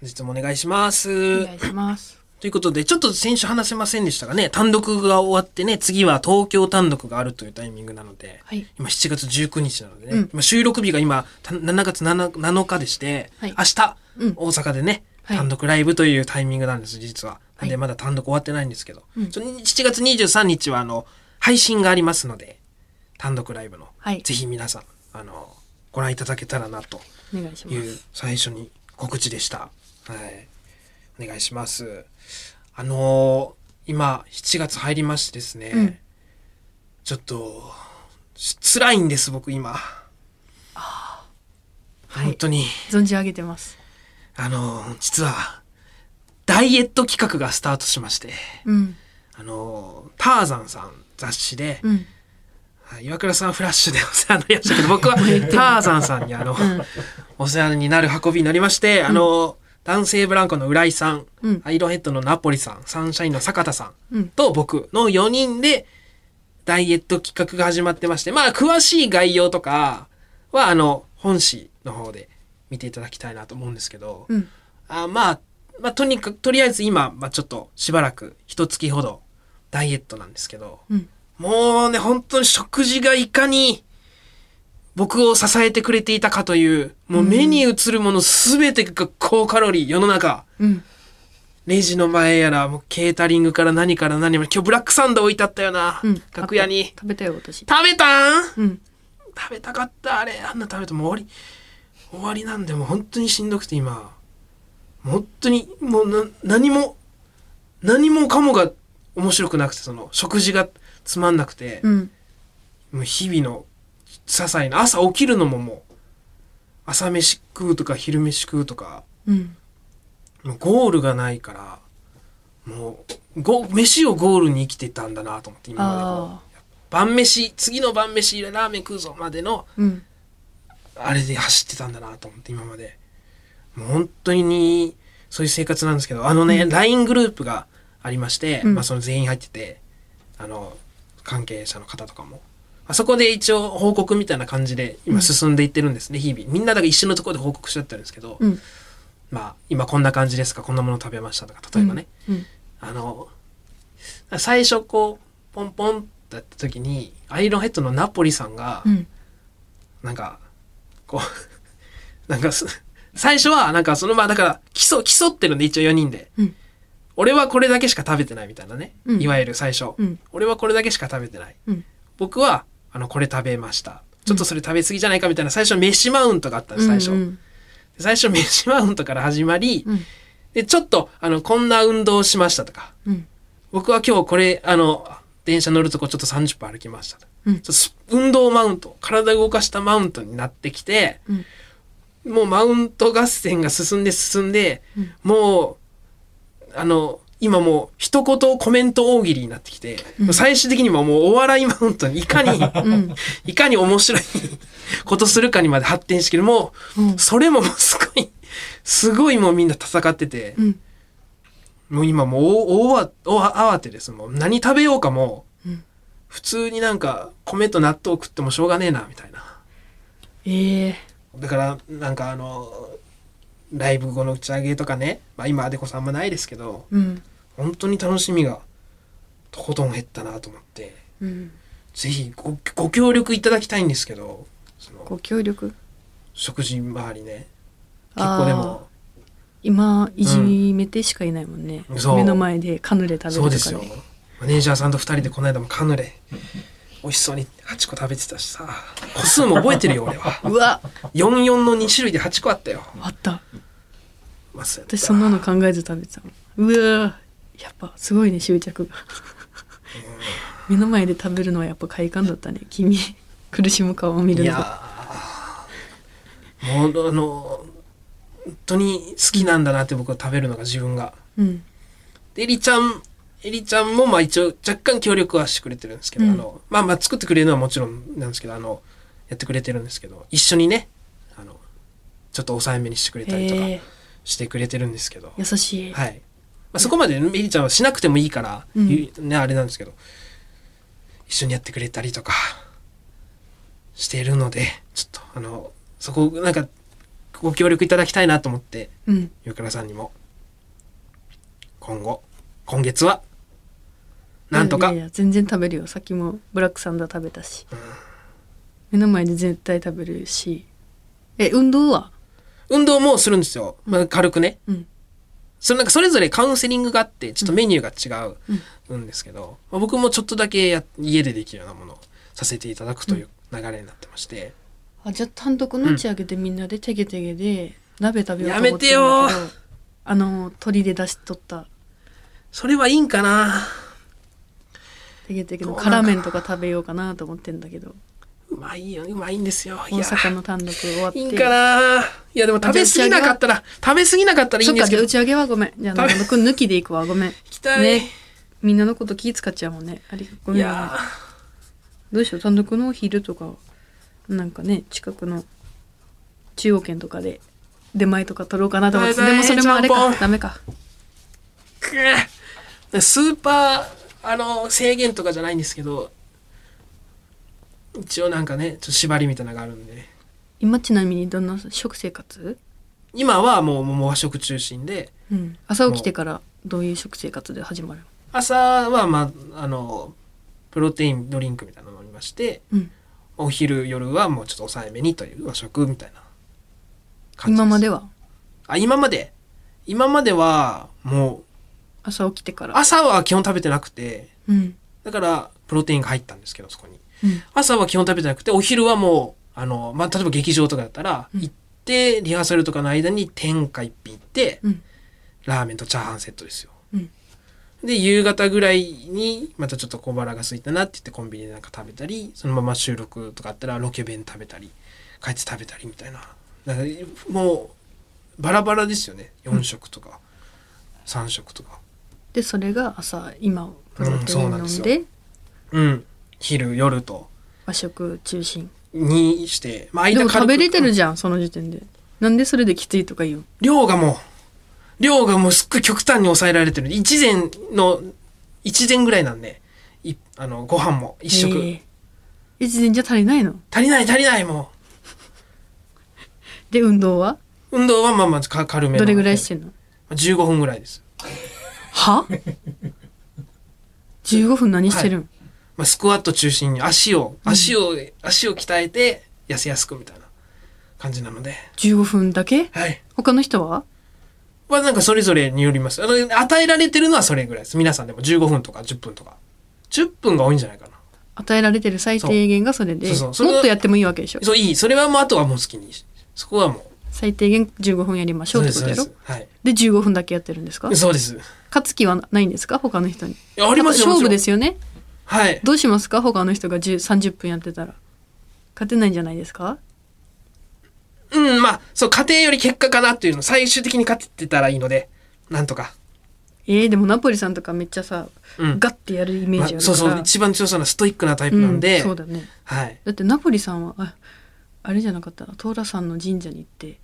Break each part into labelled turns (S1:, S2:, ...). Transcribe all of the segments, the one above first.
S1: 本日もお願いします。
S2: お願いします。
S1: ということで、ちょっと先週話せませんでしたがね、単独が終わってね、次は東京単独があるというタイミングなので、
S2: はい。
S1: 今7月19日なのでね、
S2: うん
S1: 今収録日が今た7月 7, 7日でして、
S2: はい
S1: 明日、
S2: うん
S1: 大阪でね、
S2: はい
S1: 単独ライブというタイミングなんです、実は。なんで
S2: はい
S1: まだ単独終わってないんですけど、
S2: うん
S1: その7月23日はあの、配信がありますので、単独ライブの、
S2: はい
S1: ぜひ皆さん、あの、ご覧いただけたらなと
S2: お願いしま
S1: いう
S2: す。
S1: 最初に告知でした。はい。お願いします。あのー今、7月入りましてですね、
S2: うん
S1: ちょっと、し辛いんです、僕今。
S2: い
S1: 本当に、
S2: 存じ上げてます。
S1: あのー実は、ダイエット企画がスタートしまして、
S2: うん。
S1: あのーターザンさん雑誌で、
S2: うん。
S1: はい岩倉さんはフラッシュでお世話になりましたけど、僕はターザンさんにあの、お世話になる運びになりまして、あの、男性ブランコの浦井さん、
S2: うん
S1: アイロンヘッドのナポリさん、サンシャインの坂田さん、
S2: うん
S1: と僕の4人でダイエット企画が始まってまして、まあ、詳しい概要とかは、あの、本誌の方で見ていただきたいなと思うんですけど、
S2: うん。
S1: あまあ、まあ、とにかく、とりあえず今、まあ、ちょっとしばらく、一月ほど、ダイエットなんですけど、
S2: うん。
S1: もうね、本当に食事がいかに僕を支えてくれていたかという、もう目に映るものすべてが高カロリー、世の中。
S2: うん。
S1: レジの前やら、もうケータリングから何から何まで、今日ブラックサンド置いてあったよな、
S2: うん。
S1: 楽屋
S2: あっ
S1: に
S2: た。食べたよ、私。
S1: 食べたん
S2: うん。
S1: 食べたかった、あれ。あんな食べてもう終わり、終わりなんで、もう本当にしんどくて今。もう本当に、もうな、何も、何もかもが面白くなくて、その、食事がつまんなくて。
S2: うん。
S1: もう日々の些細な朝起きるのももう朝飯食うとか昼飯食うとか
S2: うん。
S1: もうゴールがないからもうご飯をゴールに生きてたんだなと思って今までこ
S2: ああ。
S1: う晩飯次の晩飯ラーメン食うぞまでの
S2: うん。
S1: あれで走ってたんだなと思って今までもう本当にそういう生活なんですけどあのね、LINE グループがありまして、
S2: うん
S1: まあ、その全員入っててあの関係者の方とかもあそこで一応報告みたいな感じで今進んでいってるんですね、日々みんなだから一緒のところで報告しちゃったんですけど、
S2: うん。
S1: まあ今こんな感じですかこんなもの食べましたとか例えばね、
S2: うん。
S1: あの最初こうポンポンってやった時にアイロンヘッドのナポリさんが、
S2: うん。
S1: なんか、こう、 なんかす、最初は、なんかその、まあだから、競、競ってるんで、一応4人で。
S2: うん
S1: 俺はこれだけしか食べてないみたいなね。
S2: うん
S1: いわゆる最初、
S2: うん
S1: 俺はこれだけしか食べてない。
S2: うん。
S1: 僕は、あの、これ食べました。ちょっとそれ食べ過ぎじゃないかみたいな、最初、飯マウントがあったんです、最初。
S2: うん。
S1: で最初、飯マウントから始まり、
S2: うん。
S1: で、ちょっと、あの、こんな運動をしましたとか、
S2: うん。
S1: 僕は今日これ、あの、電車乗るとこちょっと30分歩きましたと。
S2: うん
S1: ちょっとす運動マウント、体動かしたマウントになってきて、
S2: うん
S1: もうマウント合戦が進んで進んで、
S2: うん
S1: もう、あの、今もう一言コメント大喜利になってきて、
S2: うん
S1: 最終的にはもうお笑いマウントにいかに、
S2: ん
S1: いかに面白いことするかにまで発展してきて、もう、
S2: うん
S1: それももうすごい、すごいもうみんな戦ってて、
S2: うん。
S1: もう今もう大大大慌てです。もう何食べようかもう、
S2: うん
S1: 普通になんか米と納豆食ってもしょうがねえな、みたいな。
S2: ええ。
S1: だからなんかあのライブ後の打ち上げとかね、まあ、今でこそあんまないですけど
S2: うん。
S1: 本当に楽しみがとことん減ったなと思って
S2: うん。
S1: ぜひごご協力いただきたいんですけどその
S2: ご協力。
S1: 食事周りね結構でも
S2: 今、いじめてしかいないもんね。
S1: そう
S2: 目の前でカヌレ食べると
S1: そう
S2: か
S1: で
S2: ね。
S1: すよマネージャーさんと2人でこの間もカヌレ美味しそうに8個食べてたしさ個数も覚えてるよ俺は
S2: うわ、
S1: 44の2種類で8個あったよ
S2: あった。
S1: まあそうやった
S2: 私そんなの考えず食べてたもんうわーやっぱすごいね執着が目の前で食べるのはやっぱ快感だったね君苦しむ顔を見る
S1: い
S2: の
S1: や
S2: が
S1: ーもうあの本当に好きなんだなって僕は食べるのが自分が
S2: うん
S1: でエリちゃんエリちゃんもまあ一応若干協力はしてくれてるんですけど、
S2: うん
S1: あのまあまあ作ってくれるのはもちろんなんですけどあのやってくれてるんですけど一緒にねあのちょっと抑えめにしてくれたりとか
S2: へえ
S1: してくれてるんですけど、
S2: 優しい、
S1: はい、まあ、そこまでねエリちゃんはしなくてもいいから、
S2: うん
S1: ゆね、あれなんですけど一緒にやってくれたりとかしているのでちょっとあのそこなんかご協力いただきたいなと思って
S2: うん
S1: ゆくらさんにも今後今月はなんとか
S2: いやいや全然食べるよさっきもブラックサンダー食べたし、目の前で絶対食べるしえ運動は
S1: 運動もするんですよ、まあ、軽くね、
S2: うん
S1: それなんかそれぞれカウンセリングがあってちょっとメニューが違ううんですけど、まあ僕もちょっとだけや家でできるようなものをさせていただくという流れになってまして、
S2: あじゃあ単独の打ち上げでみんなでてげてげで鍋食べようと思って
S1: やめて
S2: よあの鳥で出しとった
S1: それはいいんかな
S2: てげてげ
S1: どう
S2: の
S1: なんかな
S2: 辛麺とか食べようかなと思ってんだけど
S1: うまいようまいんですよい
S2: 大
S1: や
S2: 阪の単独終わって
S1: いいんかないやでも食べ過ぎなかったら食べ過ぎなかったらいい
S2: そ
S1: ん
S2: っ
S1: で
S2: か
S1: すけど
S2: じゃあ
S1: 行
S2: 打ち上げはごめんじゃ
S1: 食
S2: あ
S1: べ
S2: 中野くん抜きで行くわごめん
S1: きたい、
S2: ねみんなのこと気使っちゃうもんねありご
S1: い
S2: めんごめん
S1: や
S2: どうしよう単独のお昼とかなんかね近くの中央圏とかで出前とか取ろうかなと思って
S1: バイ
S2: で
S1: バイ
S2: もそれもあれ
S1: ちゃん
S2: か
S1: ぽん
S2: ダメか
S1: くっスーパーあの制限とかじゃないんですけど一応なんかねちょっと縛りみたいなのがあるんで
S2: 今ちなみにどんな食生活
S1: 今はもうもう和食中心で
S2: うん朝起きてからどういう食生活で始まる
S1: 朝はまああのプロテインドリンクみたいなの飲みまして
S2: うん
S1: お昼夜はもうちょっと抑えめにという和食みたいな感じ
S2: 今ま
S1: で
S2: では
S1: あ今まで今まではも
S2: 朝起きてか
S1: う
S2: ら
S1: 朝は基本食べてなくて
S2: うん
S1: だからプロテインが入ったんですけどそこに
S2: うん
S1: 朝は基本食べてなくてお昼はもうあの、まあ、例えば劇場とかだったら、
S2: うん
S1: 行ってリハーサルとかの間に天下一品行って、
S2: うん
S1: ラーメンとチャーハンセットですよ、
S2: うん
S1: で夕方ぐらいにまたちょっと小腹が空いたなって言ってコンビニでなんか食べたりそのまま収録とかあったらロケ弁食べたり帰って食べたりみたいなだからもうバラバラですよね4食とか、3食とか
S2: でそれが朝今プロテイン
S1: うんそうなん
S2: 飲
S1: です
S2: ん
S1: よ
S2: で
S1: うん昼夜と
S2: 和食中心
S1: にして、まあ、
S2: で
S1: 間
S2: も
S1: 軽
S2: 食
S1: く
S2: べれてるじゃんその時点でなんでそれできついとか言う
S1: 量がもう、量がもうすっごい極端に抑えられてる。一膳の、一膳ぐらいなんで、いあの、ご飯も一食。
S2: えー一年じゃ足りないの
S1: 足りない足りないも
S2: で運動は
S1: う。運動はまあまあか軽めの
S2: どれぐらいしてんの
S1: まあ ?15 分ぐらいです。
S2: は15分何してるん、
S1: まあ、スクワット中心に足を、足を、足を鍛えて、痩せやすくみたいな感じなので。
S2: 15分だけ
S1: はい。
S2: 他の人は
S1: まあなんかそれぞれによります。あの与えられてるのはそれぐらいです。皆さんでも15分とか10分とか。10分が多いんじゃないかな。
S2: 与えられてる最低限がそれで
S1: そうそうそれは
S2: もっとやってもいいわけでしょ
S1: そう、いい。それはもう、あとはもう好きに。そこはもう。
S2: 最低限15分やりましょうってことやろ
S1: そうですはい。
S2: で15分だけやってるんですか
S1: そうです。い
S2: 勝つ気はないんですか他の人に
S1: や、ありますよ。。
S2: 勝負ですすよね
S1: はい。
S2: どうしますか他の人が10 30分やってたら勝てないんじゃないですか
S1: うん、まあ、そう、家庭より結果かなっていうの、最終的に勝ってたらいいので、なんとか。
S2: えー、でもナポリさんとかめっちゃさ、
S1: うん。
S2: ガッてやるイメージあ
S1: まあ
S2: るから、
S1: そうそう、一番強そうなストイックなタイプなんで、
S2: うん、そうだね
S1: はい。
S2: だってナポリさんはああれじゃなかったトーラさんの神社に行って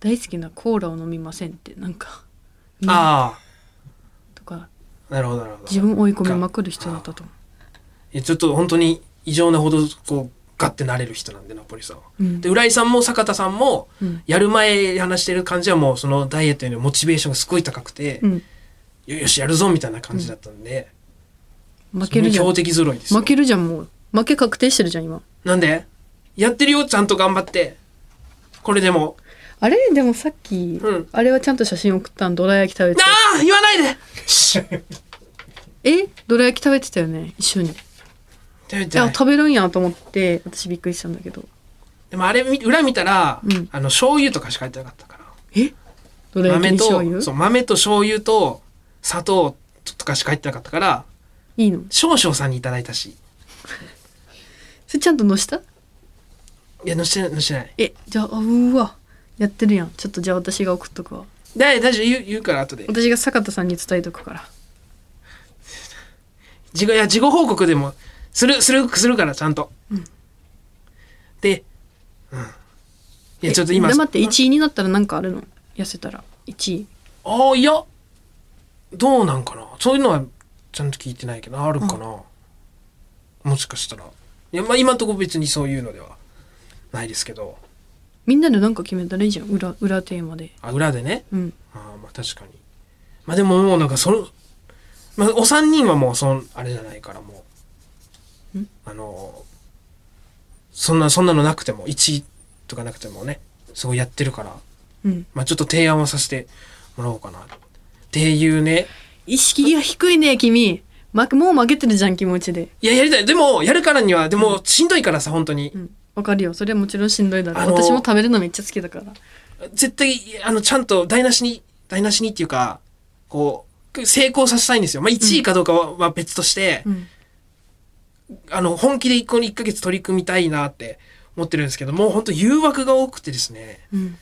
S2: 大好きなコーラを飲みませんってなんか、ね
S1: あ
S2: とか
S1: あ、なるほど、なるほど。
S2: 自分を追い込みまくる人だったと思
S1: いやちょっと本当に異常なほど、こう、ガッてなれる人なんで、ナポリさんは。
S2: う、うん
S1: で、浦井さんも坂田さんも、
S2: うん
S1: やる前話してる感じはもう、そのダイエットへのモチベーションがすごい高くて、
S2: うん、
S1: よよし、やるぞみたいな感じだったんで、
S2: 負けるじゃ
S1: 強
S2: ん
S1: 敵揃いですよ。
S2: 負けるじゃんもう負け確定してるじゃん今
S1: なんでやってるよ、ちゃんと頑張って。これでも。
S2: あれでもさっき、
S1: うん
S2: あれはちゃんと写真送ったんどら焼き食べて
S1: なあ言わないでし
S2: えどら焼き食べてたよね一緒にい
S1: 食べてな
S2: や
S1: い
S2: 食べるんやと思って私びっくりしたんだけど
S1: でもあれ見、裏見たら、
S2: うん
S1: あの、醤油とかしか入ってなかったから。
S2: えどら焼き
S1: 豆
S2: に醤
S1: と、
S2: 油
S1: そう、豆と醤油と、砂糖とかしか入ってなかったから、
S2: いいの
S1: 少々さんにいただいたし。
S2: それちゃんと載した
S1: いや、のしてない、のしてない。
S2: えじゃああうーわやってるやんちょっとじゃあ私が送っとくわ
S1: だい大丈夫、言う、言うから後で。
S2: 私が坂田さんに伝えとくから
S1: 事後、いや、事後報告でも、する、する、するから、ちゃんと。で、うん。いや、ちょっと今、
S2: え待って1位になったらなんかあるの痩せたら1位
S1: ああいやどうなんかなそういうのはちゃんと聞いてないけどあるかな、もしかしたらいや、まあ、今んとこ別にそういうのではないですけど
S2: みんなでなんか決めたらいいじゃん裏裏テーマで
S1: あ裏でね
S2: うん
S1: あーまあ確かにまあでももうなんかその、まあ、お三人はもうそんあれじゃないからもうんあのそんなそんなのなくても1とかなくてもねすごいやってるから
S2: うん
S1: まあちょっと提案をさせてもらおうかなっていうね
S2: 意識が低いね君まもう負けてるじゃん気持ちで
S1: いややりたいでもやるからにはでもしんどいからさ本当に
S2: うんわかるよそれはもちろんしんどいだろう、
S1: あのー
S2: 私も食べるのめっちゃ好きだから
S1: 絶対、あの、ちゃんと台無しに、台無しにっていうか、こう、成功させたいんですよ。まあ、1位かどうかはは別として、
S2: うん
S1: あの、本気で一個に1ヶ月取り組みたいなって思ってるんですけど、もう本当誘惑が多くてですね、
S2: うん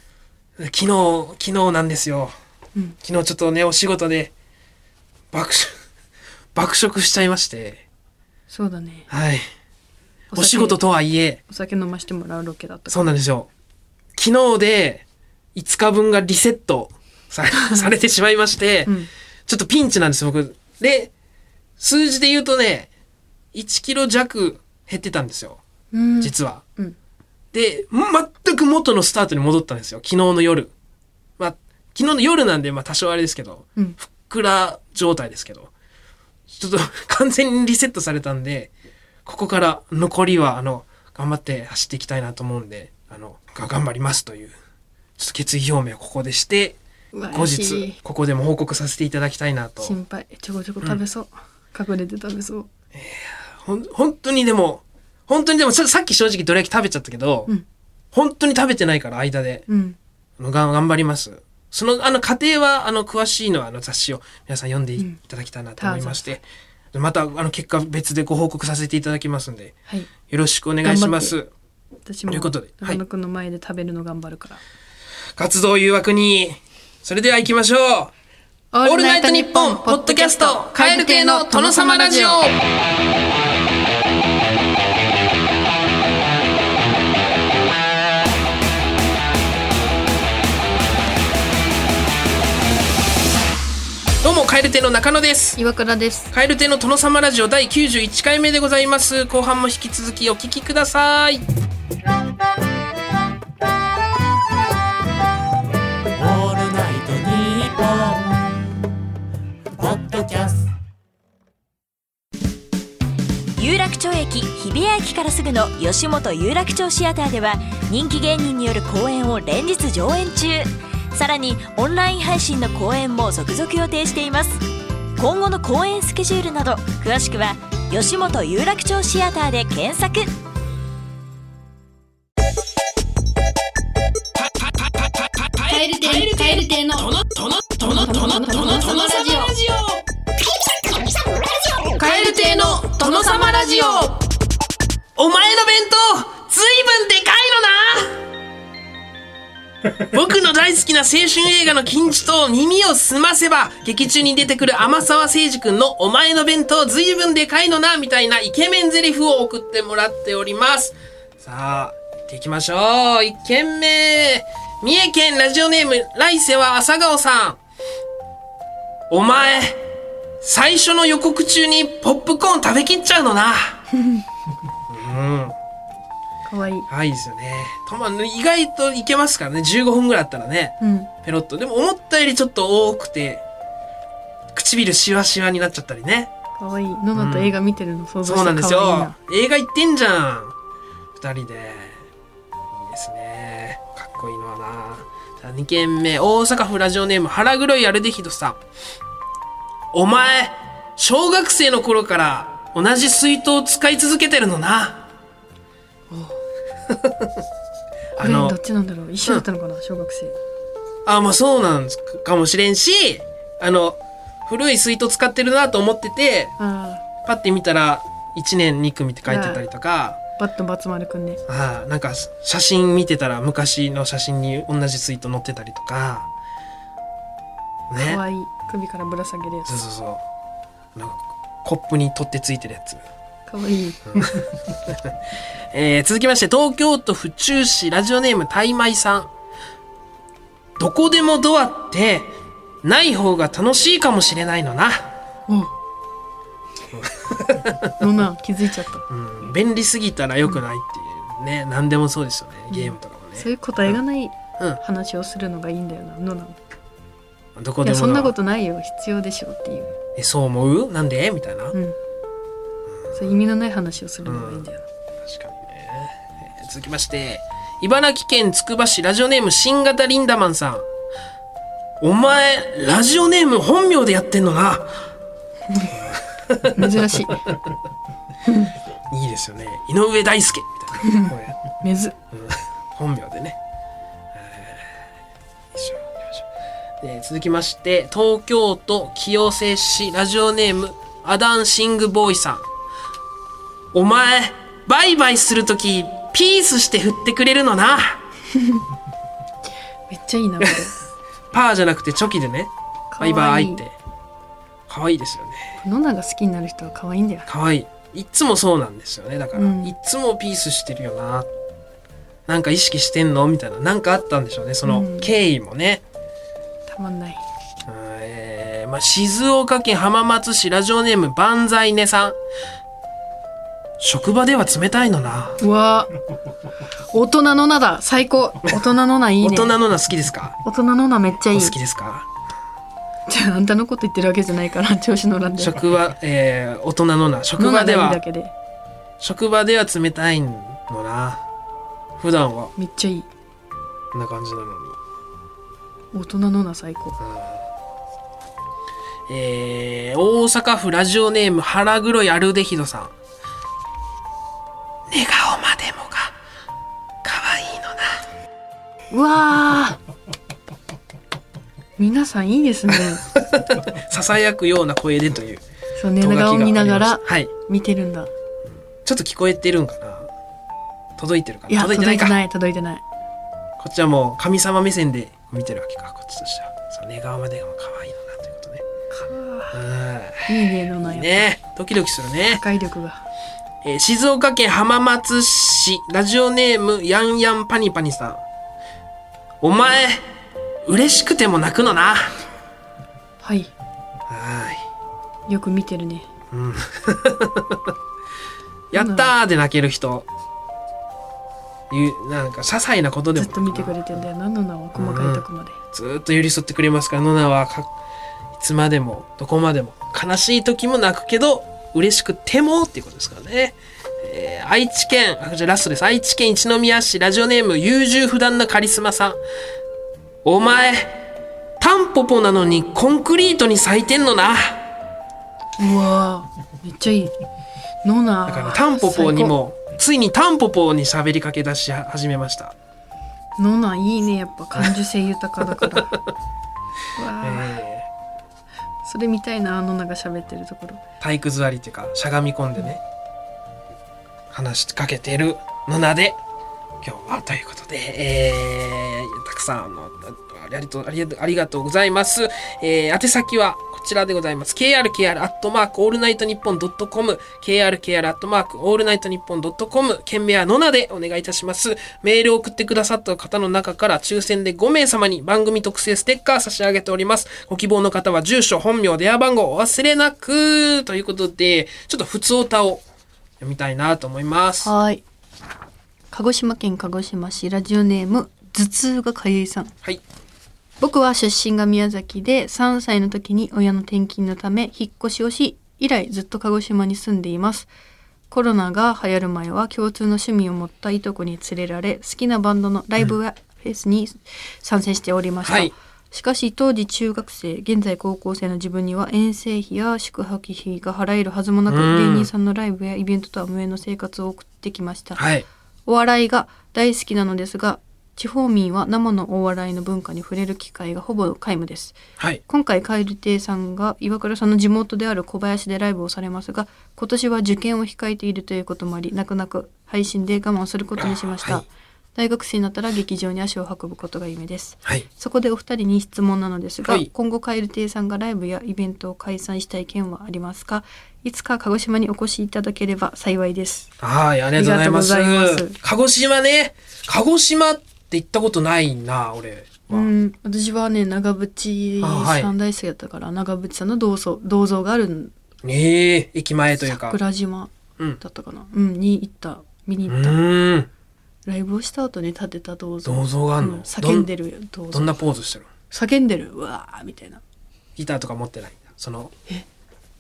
S1: 昨日、昨日なんですよ。
S2: うん
S1: 昨日ちょっとね、お仕事で、爆食、爆食しちゃいまして、
S2: そうだね
S1: はい。
S2: お酒
S1: お仕事とはいえ、
S2: お酒飲ましてもらうロケだったから
S1: そうなんですよ。昨日で5日分がリセット さされてしまいまして、
S2: うん
S1: ちょっとピンチなんです、僕。で、数字で言うとね、1キロ弱減ってたんですよ、
S2: うん
S1: 実は。
S2: うん
S1: で、全く元のスタートに戻ったんですよ、昨日の夜。まあ、昨日の夜なんで、まあ多少あれですけど、
S2: うん
S1: ふっくら状態ですけど、ちょっと 完全にリセットされたんで、ここから残りは、あの、頑張って走っていきたいなと思うんで、あの、が頑張りますという、ちょっと決意表明をここでして、
S2: うわ
S1: 後
S2: 嬉し
S1: 日
S2: い、
S1: ここでも報告させていただきたいなと。
S2: 心配ちょこちょこ食べそう、隠れて食べそう
S1: ほん本当にでも本当にでもささっき正直どら焼き食べちゃったけど、
S2: うん
S1: 本当に食べてないから間で
S2: うん
S1: あのが頑張りますそのあの過程はあの詳しいのはあの雑誌を皆さん読んで
S2: う
S1: い
S2: ん
S1: ただきたいなと思いまして、またあの結果別でご報告させていただきますんで
S2: はい
S1: よろしくお願いします
S2: 私も
S1: ということではい
S2: 中野くんの前で食べるの頑張るから、
S1: 活動を誘惑にそれでは行きましょう「オールナイトニッポン」ポッドキャスト「カエル系の殿様ラジオ」どうもカエル亭の中野です
S2: 岩倉です
S1: カエル亭の殿様ラジオ第91回目でございます後半も引き続きお聞きください
S3: オールナイトニッポン」ポッドキャスト
S4: 有楽町駅日比谷駅からすぐの吉本有楽町シアターでは人気芸人による公演を連日上演中さらにオンライン配信の公演も続々予定しています今後の公演スケジュールなど詳しくは吉本有楽町シアターで検索
S5: カエル亭カエル亭の殿殿殿殿殿様ラジオカエル亭の殿様ラジオ
S1: お前の弁当ずいぶんでかいのな僕の大好きな青春映画の金字塔耳をすませば劇中に出てくる天沢誠司君のお前の弁当ずいぶんでかいのなみたいなイケメン台詞を送ってもらっておりますさあ行っていきましょう1軒目三重県ラジオネーム来世は朝顔さんお前最初の予告中にポップコーン食べきっちゃうのな
S2: かわいい
S1: はい、いいですよね。とまあ意外といけますからね。15分ぐらいあったらね、
S2: うん
S1: ペロッと。でも思ったよりちょっと多くて、唇シワシワになっちゃったりね。
S2: かわいいののと映画見てるの想像
S1: そうな
S2: し
S1: ん
S2: て
S1: です
S2: かわいい
S1: よ
S2: な。
S1: 映画行ってんじゃん。二人で。いいですね。かっこいいのはな。さあ、二軒目。大阪府ラジオネーム、腹黒いアルデヒドさん。お前、小学生の頃から同じ水筒を使い続けてるのな。
S2: これどっちなんだろう一緒だったのかな、小学生
S1: あまあそうなんですかもしれんしあの古い水筒使ってるなと思ってて
S2: あ
S1: パッて見たら1年2組って書いてたりとか、
S2: あバットバツ丸くんね
S1: ああなんか写真見てたら昔の写真に同じ水筒載ってたりとかね
S2: かわいい首からぶら下げるや
S1: そう
S2: つ
S1: そうそうなんかコップに取ってついてるやつ、
S2: かわいい
S1: えー続きまして東京都府中市ラジオネームたいまいさんどこでもドアってない方が楽しいかもしれないのな
S2: おうのな気づいちゃった
S1: うん、便利すぎたら良くないっていうね、何でもそうですよねゲームとかもね、
S2: そうい
S1: ね
S2: う答えがない
S1: うん
S2: 話をするのがいいんだよなのなの
S1: どこ
S2: い
S1: で
S2: や
S1: も
S2: そんなこ
S1: な
S2: とないよ必要でしょうっていう、
S1: えそう思うなんでみたいな、
S2: う
S1: 確
S2: ん、そういう意味のない話をするのがいいんだよな、
S1: かにね、えー続きまして茨城県つくば市ラジオネーム新型リンダマンさんお前ラジオネーム本名でやってんのな
S2: 珍し
S1: い
S2: い
S1: いですよね井上大輔み たいなこれ
S2: めず
S1: うん本名でね。えーよいしょよいしょで続きまして東京都清瀬市ラジオネームアダンシングボーイさんお前バイバイするときピースして振ってくれるのな
S2: めっちゃいいなこれ
S1: パーじゃなくてチョキでね
S2: 可
S1: バ
S2: 愛
S1: イ
S2: い
S1: バイって可愛いですよね
S2: ノナが好きになる人は可愛いんだよ
S1: 可愛いいっつもそうなんですよねだから、
S2: うん
S1: いっつもピースしてるよななんか意識してんのみたいななんかあったんでしょうねその経緯もね、
S2: たまんない
S1: えーまあ、静岡県浜松市ラジオネーム万歳ねさん職場では冷たいのな、
S2: うわー大人のなだ最高大人のないいね
S1: 大人のな好きですか
S2: 大人のなめっちゃい
S1: お
S2: い
S1: 好きですか
S2: じゃああんたのこと言ってるわけじゃないから調子乗らんで
S1: 職場、えー大人のな職
S2: ノ
S1: 場
S2: ナが
S1: で
S2: いい
S1: は
S2: だけで
S1: 職場では冷たいのな普段は
S2: めっちゃいい
S1: こんな感じなのに、
S2: 大人のな最高
S1: えー大阪府ラジオネーム腹黒いアルデヒドさん寝顔までもが可愛いのな
S2: う わー皆さんいいですね
S1: ささやくような声でという
S2: そう寝顔を見ながら
S1: はい
S2: 見てるんだ
S1: ちょっと聞こえてるんかな届いてるか
S2: い
S1: な
S2: や
S1: 届
S2: 届
S1: いてないい
S2: て
S1: か
S2: ない届い てない
S1: こっちはもう神様目線で見てるわけかこっちとしてはそう寝顔までが可愛いのなということね
S2: いいねノ
S1: う
S2: ナ
S1: んいい
S2: や
S1: ねドキドキするね、
S2: 破壊力が
S1: えー静岡県浜松市ラジオネームやんやんパニパニさんお前嬉しくても泣くのな
S2: はい
S1: はい
S2: よく見てるね
S1: やったーで泣ける人いうなんか些細なことで
S2: ず
S1: も
S2: っと見てくれてんだよなノナは細かいとこまで
S1: ずーっと寄り添ってくれますからノナはかいつまでもどこまでも悲しい時も泣くけど嬉しくてもっていうことですからね、えー愛知県あじゃあラストです愛知県一宮市ラジオネーム優柔不断なカリスマさんお前タンポポなのにコンクリートに咲いてんのな
S2: うわーめっちゃいいノナ
S1: だから、ね、タンポポにもついにタンポポに喋りかけ出し始めました、
S2: 最高ノナいいねやっぱ感受性豊かだか らう
S1: え
S2: わー
S1: ー
S2: それ見たいなノナが喋ってるところ
S1: 体育座りっていうかしゃがみ込んでね話しかけてるのなで今日はということで、えーたくさんあのあありがとうありがとうありがとうございます、えー宛先はこちらでございます krkr アットマークオールナイトニッポンドットコム krkr アットマークオールナイトニッポンドットコム件名はのなでお願いいたしますメールを送ってくださった方の中から抽選で5名様に番組特製ステッカー差し上げておりますご希望の方は住所本名電話番号をお忘れなくということでちょっと普通歌を読みたいなと思いますは
S2: はい鹿児島県鹿児島市ラジオネーム頭痛がかゆいさん
S1: い
S2: 僕は出身が宮崎で3歳の時に親の転勤のため引っ越しをし以来ずっと鹿児島に住んでいますコロナが流行る前は共通の趣味を持ったいとこに連れられ好きなバンドのライブやフェスに参戦しておりました、
S1: はい
S2: しかし当時中学生現在高校生の自分には遠征費や宿泊費が払えるはずもなく
S1: うん
S2: 芸人さんのライブやイベントとは無縁の生活を送ってきました、
S1: はい
S2: お笑いが大好きなのですが地方民は生のお笑いの文化に触れる機会がほぼ皆無です
S1: はい
S2: 今回蛙亭さんが岩倉さんの地元である小林でライブをされますが今年は受験を控えているということもあり泣く泣く配信で我慢することにしました、
S1: はい
S2: 大学生になったら劇場に足を運ぶことが夢です
S1: はい
S2: そこでお二人に質問なのですが、
S1: はい
S2: 今後蛙亭さんがライブやイベントを開催したい件はありますかいつか鹿児島にお越しいただければ幸いです
S1: はいありがとうございます
S2: ありがとうございます
S1: 鹿児島ね鹿児島って行ったことないな俺
S2: う
S1: は、
S2: ん、私はね長渕
S1: あはい
S2: さん大好きだったから、長渕さんの銅像銅像がある
S1: ねえ駅前というか
S2: 桜島
S1: うん
S2: だったかな、うんに行った見に
S1: う
S2: 行った
S1: ーん
S2: ライブをした後に立てた銅像
S1: 銅像があんの、
S2: うん叫んでる銅
S1: ど
S2: 像
S1: んなポーズしてるの
S2: 叫んでるうわーみたいな
S1: ギターとか持ってないんだその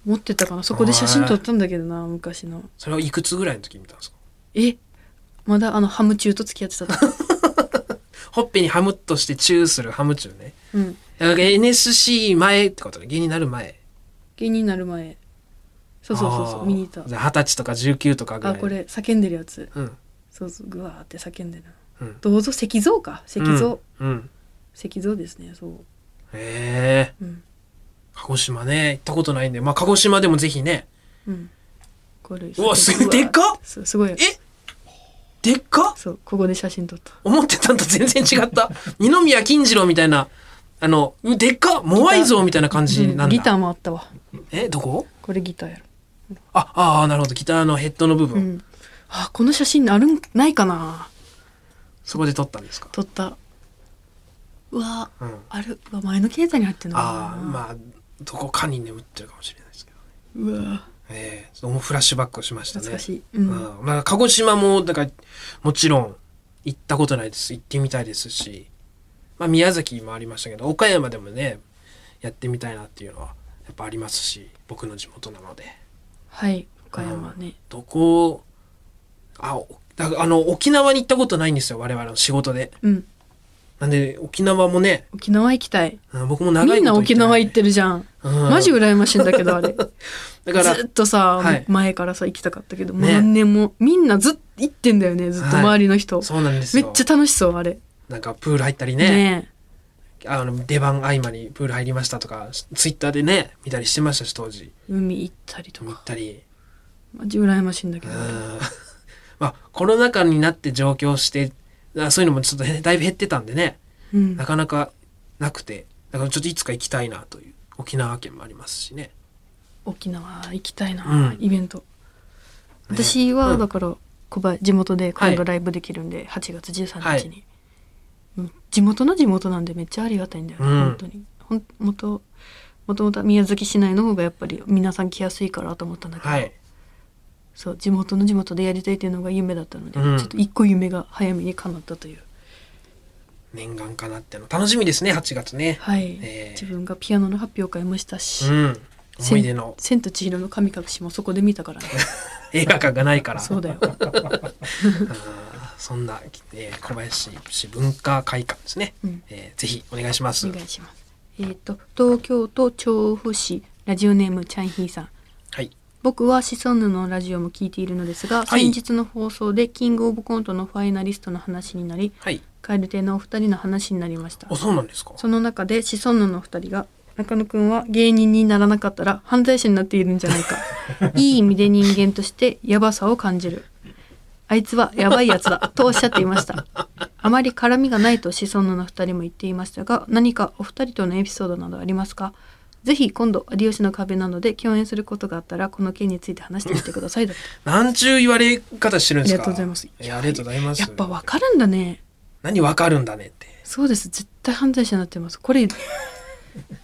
S2: 持ってたかなそこで写真撮ったんだけどな昔の
S1: それをいくつぐらいの時に見たんですか
S2: えまだあのハムチューと付き合って た時
S1: ほっぺにハムっとしてチューするハムチューね
S2: うん
S1: だから NSC 前ってことね芸人になる前
S2: 芸人になる前そうそうそうそ
S1: あ
S2: う
S1: ー
S2: 見に行った
S1: じゃあ二十歳とか19とかぐらい
S2: あこれ叫んでるやつ
S1: うん
S2: そうそうぐわーって叫んでる
S1: うん
S2: 銅像石像か石像、
S1: うん、うん、
S2: 石像ですねそう
S1: へえ
S2: うん
S1: 鹿児島ね行ったことないんでまあ鹿児島でもぜひね
S2: うんこれ
S1: うわすげえ
S2: 叫んる
S1: でかっ
S2: そうすごい
S1: でっか
S2: そうここで写真撮った
S1: 思ってたんと全然違った 二宮金次郎みたいなあのうでっかモアイ像みたいな感じなんだ、
S2: うんギターもあったわ
S1: えどこ
S2: これギターやろ
S1: ああーなるほどギターのヘッドの部
S2: う
S1: 分、
S2: んあこの写真あるんないかな
S1: そこで撮ったんですか、
S2: 撮ったうわ
S1: うん、あ
S2: あるうわ前の携帯に入ってんのかな
S1: あーまあどこかに眠ってるかもしれないですけど
S2: うわ
S1: ええそのフラッシュバックをしましたね
S2: 懐かしい、うん
S1: うんまあ、鹿児島もだからもちろん行ったことないです行ってみたいですし、まあ、宮崎もありましたけど岡山でもねやってみたいなっていうのはやっぱありますし僕の地元なので
S2: はい岡山ね、
S1: どこあおだからあの沖縄に行ったことないんですよ我々の仕事で
S2: うん、
S1: なんで沖縄もね
S2: 沖縄行きたい
S1: うん僕も長いこと
S2: みんな沖縄行って
S1: る、
S2: るじゃん、
S1: うん
S2: マジ羨ましいんだけどあ れ
S1: だから
S2: ずっとさ、
S1: はい
S2: 前からさ行きたかったけど、もう
S1: ね
S2: 何年もみんなずっ行ってんだよねずっと
S1: はい
S2: 周りの人、
S1: そうなんです
S2: めっ
S1: よ
S2: ちゃ楽しそうあれ
S1: なんかプール入ったり
S2: ね
S1: あの出番合間にプール入りましたとかツイッターでね見たりしてましたし当時
S2: 海行ったりと
S1: 見
S2: か
S1: たり
S2: マジ羨ましいんだけ
S1: う
S2: ど、
S1: んまあコロナ禍になって上京してあそういうのもちょっとねだいぶ減ってたんでね
S2: うん
S1: なかなかなくてだからちょっといつか行きたいなという沖縄県もありますしね
S2: 沖縄行きたいな、
S1: うん
S2: イベント
S1: ね
S2: 私は
S1: うん
S2: だから小林地元で今
S1: は
S2: 度
S1: い
S2: ライブできるんで、8月
S1: は
S2: 13日に、
S1: い
S2: うん地元の地元なんでめっちゃありがたいんだよね、
S1: うん
S2: 本当にほんもともともとは宮崎市内の方がやっぱり皆さん来やすいからと思ったんだけど、
S1: はい
S2: そう地元の地元でやりたいっていうのが夢だったので、
S1: うん
S2: ちょっと一個夢が早めに叶ったという
S1: 念願かなっての楽しみですね8月ね
S2: はい、
S1: ええ
S2: 自分がピアノの発表会もしたし、
S1: うん思い出の
S2: 千と千尋の神隠しもそこで見たから ね
S1: 映画館がないから
S2: そうだよ
S1: あーそんな、えー小林市文化会館ですね、
S2: うん
S1: えーぜひお願いします
S2: お願いします。えっ、と東京都調布市ラジオネームチャンヒーさん。
S1: はい
S2: 僕はシソンヌのラジオも聞いているのですが、
S1: はい
S2: 先日の放送でキングオブコントのファイナリストの話になり、
S1: はい
S2: 蛙亭のお二人の話になりました
S1: あ。そうなんですか
S2: その中でシソンヌのお二人が中野くんは芸人にならなかったら犯罪者になっているんじゃな いか。いい意味で人間としてヤバさを感じる。あいつはヤバいやつだとおっしゃっていました。あまり絡みがないとシソンヌの二人も言っていましたが、何かお二人とのエピソードなどありますかぜひ今度有吉の壁などで共演することがあったらこの件について話してみてくださいだって。
S1: なんちゅう言われ方してるんですか
S2: ありがとうございます
S1: やありがとうございます
S2: やっぱわかるんだね。
S1: 何わかるんだねって
S2: そうです。絶対犯罪者になってます。これ、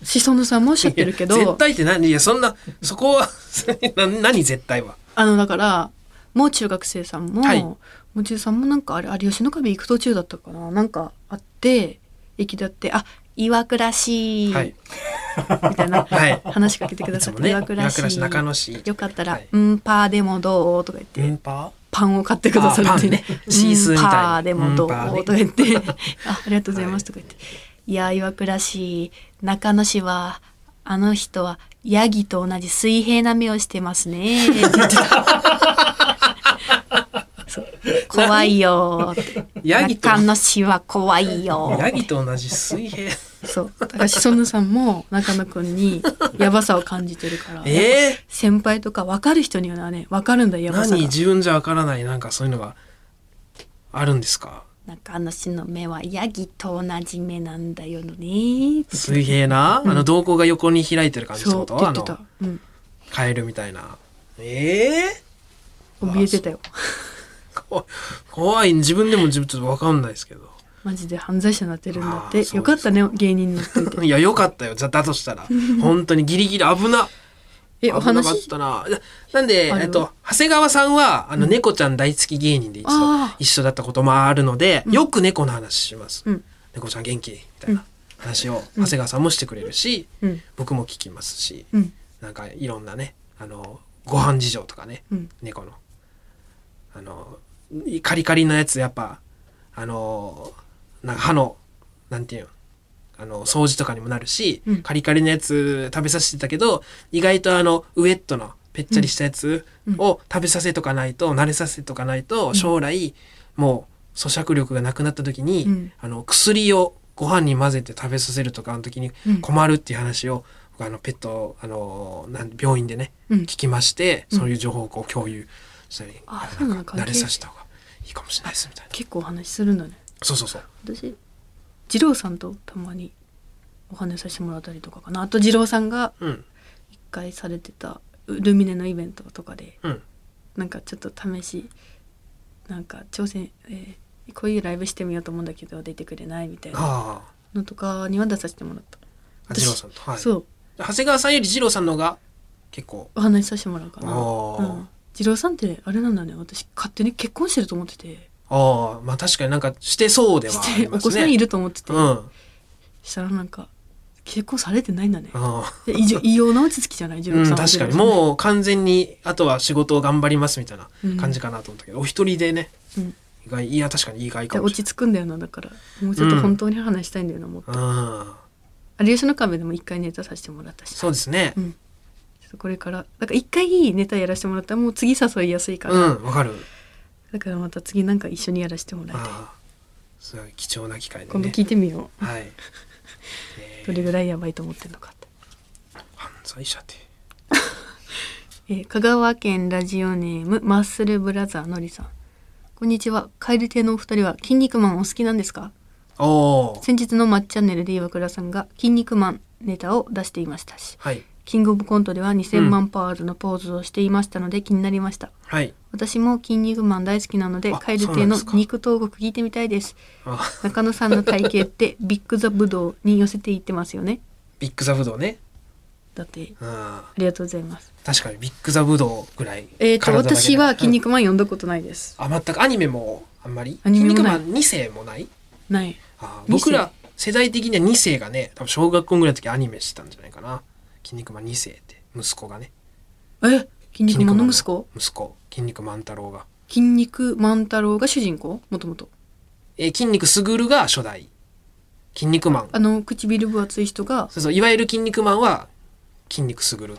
S2: シソンヌさんもおっしゃってるけど。
S1: いや絶対って何いやそんなそこは な何絶対は
S2: あのだからもう中学生さんも、
S1: はい
S2: もう中さんもなんかあれ有吉の壁行く途中だったかななんかあって駅であって「あ岩倉市」
S1: はい
S2: みたいな、
S1: はい
S2: 話しかけてくださっ
S1: いつ
S2: て、
S1: もね
S2: 岩倉市
S1: 岩倉市中野市
S2: よかったら「
S1: はい
S2: うんパーでもどう?」とか言って、
S1: 電波
S2: パンを買ってくださるっていう
S1: あパンねシースーみたい
S2: うん
S1: な
S2: パーでもどう
S1: うんパーね
S2: とか言って「あありがとうございます」とか言って「いや岩倉市中野市はあの人はヤギと同じ水平な目をしてま すね」って言ってたそう怖いよーって
S1: ヤギと
S2: 中野市は怖いよー
S1: ヤギと同じ水平
S2: そうだからシソンヌさんも中野く んにヤバさを感じてるから、
S1: えー
S2: 先輩とか分かる人にはね分かるんだよヤバさが
S1: 何自分じゃわからないなんかそういうのがあるんですか
S2: 中野市の目はヤギと同じ目なんだよね
S1: 水平な、あの瞳孔が横に開いてる感じって
S2: そう
S1: こ
S2: って
S1: と
S2: 言
S1: あ
S2: って
S1: の
S2: た、うん、
S1: カエルみたいなええ
S2: 怯えてたよ
S1: 怖い怖い自分でも自分ちょっとわかんないですけど
S2: マジで犯罪者になってるんだっ
S1: あーそう
S2: て
S1: です
S2: よかったね芸人になっていて
S1: いやよかったよじゃだとしたら本当にギリギリ危な
S2: えお
S1: 危なかっ
S2: 話
S1: たな。いやなんで、
S2: ある
S1: えっと、長谷川さんは、あの、猫ちゃん大好き芸人で一度
S2: あー
S1: 一緒だったこともあるので、よく猫の話します。
S2: うん
S1: 猫ちゃん元気みたいな話を、長谷川さんもしてくれるし、
S2: うん
S1: 僕も聞きますし、
S2: うん
S1: なんかいろんなね、あの、ご飯事情とかね、
S2: うん
S1: 猫の。あの、カリカリのやつ、やっぱ、あの、なんか歯の、なんていうのあの、掃除とかにもなるし、
S2: うん
S1: カリカリのやつ食べさせてたけど、意外とあの、ウエットな、ぺっちゃりしたやつを食べさせとかないと、慣れさせとかないと、将来、もう、咀嚼力がなくなった時に、
S2: うん
S1: あの、薬をご飯に混ぜて食べさせるとかの時に
S2: うん
S1: 困るっていう話を、僕あの、ペット、あの、なん病院でね、
S2: うん
S1: 聞きまして、そういう情報をこう共有したり、
S2: あ
S1: な
S2: そうんな
S1: か
S2: の
S1: 慣れさせた方がいいかもしれないです、みたいな。
S2: 結構お話しするんだね
S1: そうそうそう。
S2: 私二郎さんとたまにお話しさせてもらったりとかかなあと二郎さんが
S1: うん。
S2: 一回されてたルミネのイベントとかで
S1: うん。
S2: なんかちょっと試しなんか挑戦、えーこういうライブしてみようと思うんだけど出てくれないみたいな
S1: ああ。
S2: のとかには出させてもらった、
S1: あ
S2: 私
S1: 二郎さんと。はい。
S2: そう
S1: 長谷川さんより二郎さんの方が結構
S2: お話しさせてもらうかな、
S1: お
S2: う
S1: ー
S2: ん、二郎さんってあれなんだね私勝手に結婚してると思ってて
S1: ああまあ確かになんかしてそうではあ
S2: し
S1: り
S2: て
S1: ま
S2: お
S1: す
S2: 子
S1: ね
S2: さんいると思ってて、
S1: うんうん
S2: したらなんか結婚されてないんだね
S1: あ
S2: で異常異様な落ち着きじゃない二郎
S1: う
S2: さん
S1: ん、
S2: は
S1: 確かに
S2: 二郎さんね
S1: もう完全にあとは仕事を頑張りますみたいな感じかなと思ったけど、お一人でね、
S2: うん
S1: 意外いや確かに意外
S2: で
S1: かも
S2: 落
S1: しれ
S2: ち
S1: ない
S2: 着くんだよなだからもうちょっと本当に話したいんだよな、もっと
S1: うん
S2: 有吉の壁でも一回ネタさせてもらったし
S1: そうですね
S2: うん、ちょっとこれからだから一回ネタやらせてもらったらもう次誘いやすいから、
S1: うんわ、かる
S2: だからまた次なんか一緒にやらせてもらいたい、
S1: ああすごい貴重な機会で
S2: 今度
S1: ね
S2: 聞いてみよう、
S1: はい、え
S2: どれぐらいやばいと思ってんのかって、
S1: ー犯罪者って
S2: えー香川県ラジオネームマッスルブラザーのりさんこんにちは蛙亭のお二人は「筋肉マン」お好きなんですか
S1: おお
S2: 先日の「マッチャンネル」で岩倉さんが「筋肉マン」ネタを出していましたし
S1: はい
S2: キングオブコントでは2000万パールのポーズをしていましたので気になりました、
S1: はい
S2: 私も筋肉マン大好きなので
S1: あ
S2: カエル
S1: そうな
S2: 亭
S1: んで
S2: の
S1: すか
S2: 肉投獄聞いてみたいです
S1: あ
S2: 中野さんの体型っ てビッグザブドウに寄せていってますよね
S1: ビッグザブドウね
S2: だって
S1: うん
S2: ありがとうございます確
S1: 確かにビッグザブドウぐらい
S2: えー、と
S1: 体だけで
S2: 私は筋肉マン読んだことないです、
S1: あ全くアニメもあんまり
S2: アニ
S1: 筋肉
S2: メもない
S1: マン2世もない
S2: ない
S1: あー
S2: 二世
S1: 僕ら世代的には2世がね多分小学校ぐらいの時アニメしてたんじゃないかな筋肉マン2世って息子がね
S2: え筋肉マンの息子
S1: 息子筋肉マン太郎が、
S2: 筋肉万太郎が主人公もともと
S1: えー筋肉すぐるが初代筋肉マン
S2: あの唇分厚い人が
S1: そうそういわゆる筋肉マンは筋肉すぐるっ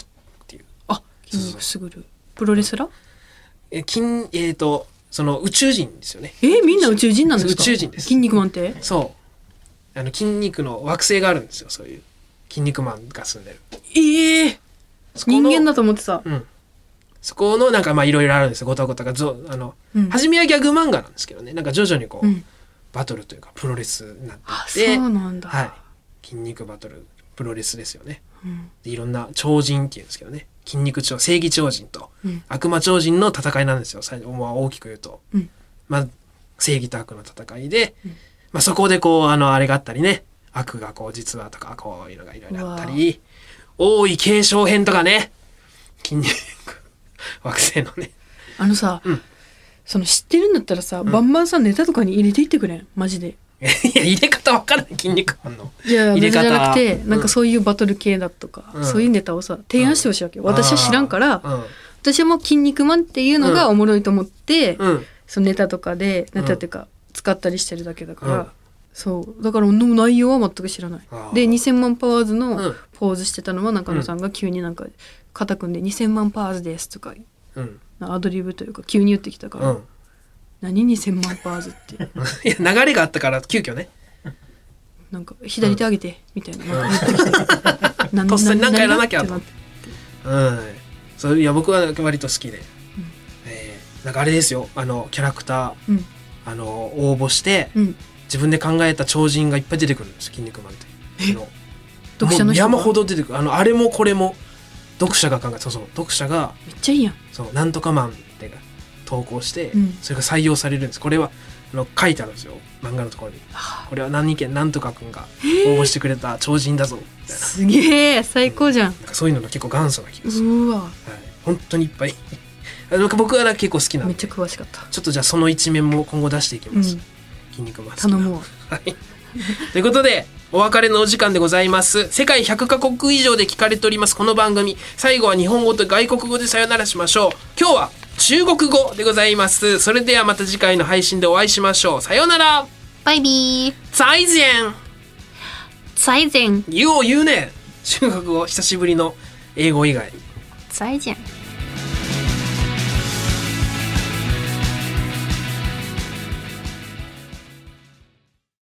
S1: ていう
S2: あ筋肉すぐるプロレスラー
S1: えー筋えっ、とその宇宙人ですよね
S2: えーみんな宇宙人なんですか
S1: 宇宙人です
S2: 筋肉マンって
S1: そうあの筋肉の惑星があるんですよそういう筋肉マンが住んでる
S2: ええー、
S1: そこ
S2: 人
S1: の
S2: 間だと思ってた
S1: うん。そこのなんかまあいろいろあるんですよ。ごたごたがぞあの、
S2: うん
S1: 初めはギャグ漫画なんですけどね。なんか徐々にこう、
S2: うん
S1: バトルというかプロレスにな
S2: あ
S1: ってい
S2: そ
S1: て、
S2: うなんだ、
S1: はい。筋肉バトルプロレスですよね。
S2: うん
S1: でいろんな超人っていうんですけどね。筋肉超正義超人と
S2: うん
S1: 悪魔超人の戦いなんですよ。最まあ大きく言うと、
S2: うん
S1: まあ正義と悪の戦いで、まあそこでこうあのあれがあったりね。悪がこう実はとかこういうのがいろいろあったり、王位継承編とかね。筋肉 惑星のね。
S2: あのさ、
S1: うん
S2: その知ってるんだったらさ、バンバンさネタとかに入れていってくれんマジで
S1: いや入れ方わからない筋肉マンの。
S2: いや
S1: 入れ
S2: ネ
S1: 方
S2: タじゃなくて、なん
S1: う
S2: か
S1: ん
S2: そういうバトル系だとか、
S1: うん
S2: そういうネタをさ提案してほしいわけよ、私は知らんから、
S1: あ
S2: 私はもう「筋肉マン」っていうのがおもろいと思って、
S1: ーうんうん
S2: そのネタとかで
S1: うん
S2: ネタっていうか、使ったりしてるだけだから、
S1: うん
S2: そうだからの内容は全く知らない
S1: あー
S2: で2000万パワーズ
S1: うん
S2: のポーズしてたのは中野さんが急になんか肩組んで「2000万パワーズです」とか
S1: うん
S2: アドリブというか急に言ってきたか
S1: う
S2: ら「
S1: ん。
S2: 何2000万パワーズ」って
S1: いや流れがあったから急遽ね。
S2: なんか左手上げて、みたいななんか言ってき てな
S1: とっさになんかやらなきゃ
S2: んだってな
S1: うん。そういや僕は割と好きで、えーなんかあれですよあのキャラクター
S2: うん
S1: あの応募して、
S2: うん
S1: 自分で考えた超人がいっぱい出てくるんです筋肉マンって。あの
S2: 読者の人が
S1: もう山ほど出てくるあのあれもこれも読者が考えそうそう読者が
S2: めっちゃいいやん
S1: そうなんとかマンって投稿して、
S2: うん
S1: それが採用されるんですこれはの書いてあるんですよ漫画のところにこれは何県なんとか君が応募してくれた超人だぞみたいな
S2: すげえ最高じゃ
S1: な
S2: ん
S1: んかそういうのが結構元祖な気がする、
S2: うわ
S1: はい、本当にいっぱいあの僕はなんか結構好きなん
S2: めっ
S1: で
S2: ちゃ詳しかった
S1: ちょっとじゃあその一面も今後出していきます、
S2: うん
S1: 筋肉マン好きな
S2: 頼もう
S1: はい。ということで、お別れのお時間でございます。世界100カ国以上で聞かれております、この番組。最後は日本語と外国語でさよならしましょう。今日は中国語でございます。それではまた次回の配信でお会いしましょう。さよなら
S2: バイビー
S1: 再前
S2: 再前
S1: よう言うね中国語、久しぶりの英語以外。
S2: 再前